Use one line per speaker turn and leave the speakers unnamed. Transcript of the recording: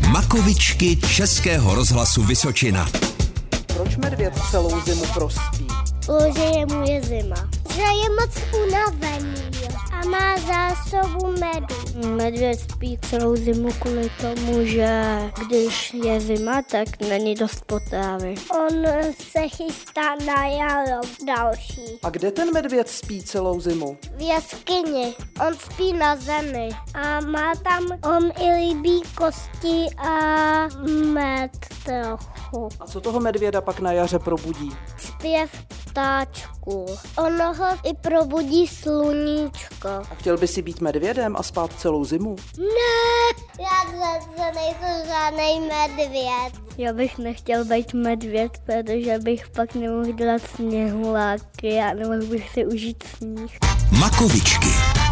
Píkovičky Českého rozhlasu Vysočina.
Proč medvěd celou zimu prospí?
O, že je mu je zima. Že je moc unavený a má zásobu medu. Medvěd spí celou zimu kvůli tomu, že když je zima, tak není dost potravy. On se chystá na jaro další.
A kde ten medvěd spí celou zimu?
V jeskyni. On spí na zemi a má tam on i líbí kosti a med trochu.
A co toho medvěda pak na jaře probudí?
Zpěv ptáčku. Ono ho i probudí sluníčko.
A chtěl by si být medvědem a spát celou zimu?
Ne, já zase nejsem žádný medvěd. Já bych nechtěl být medvěd, protože bych pak nemohl dělat sněhuláky a nemohl bych si užít sníh.
Makovičky.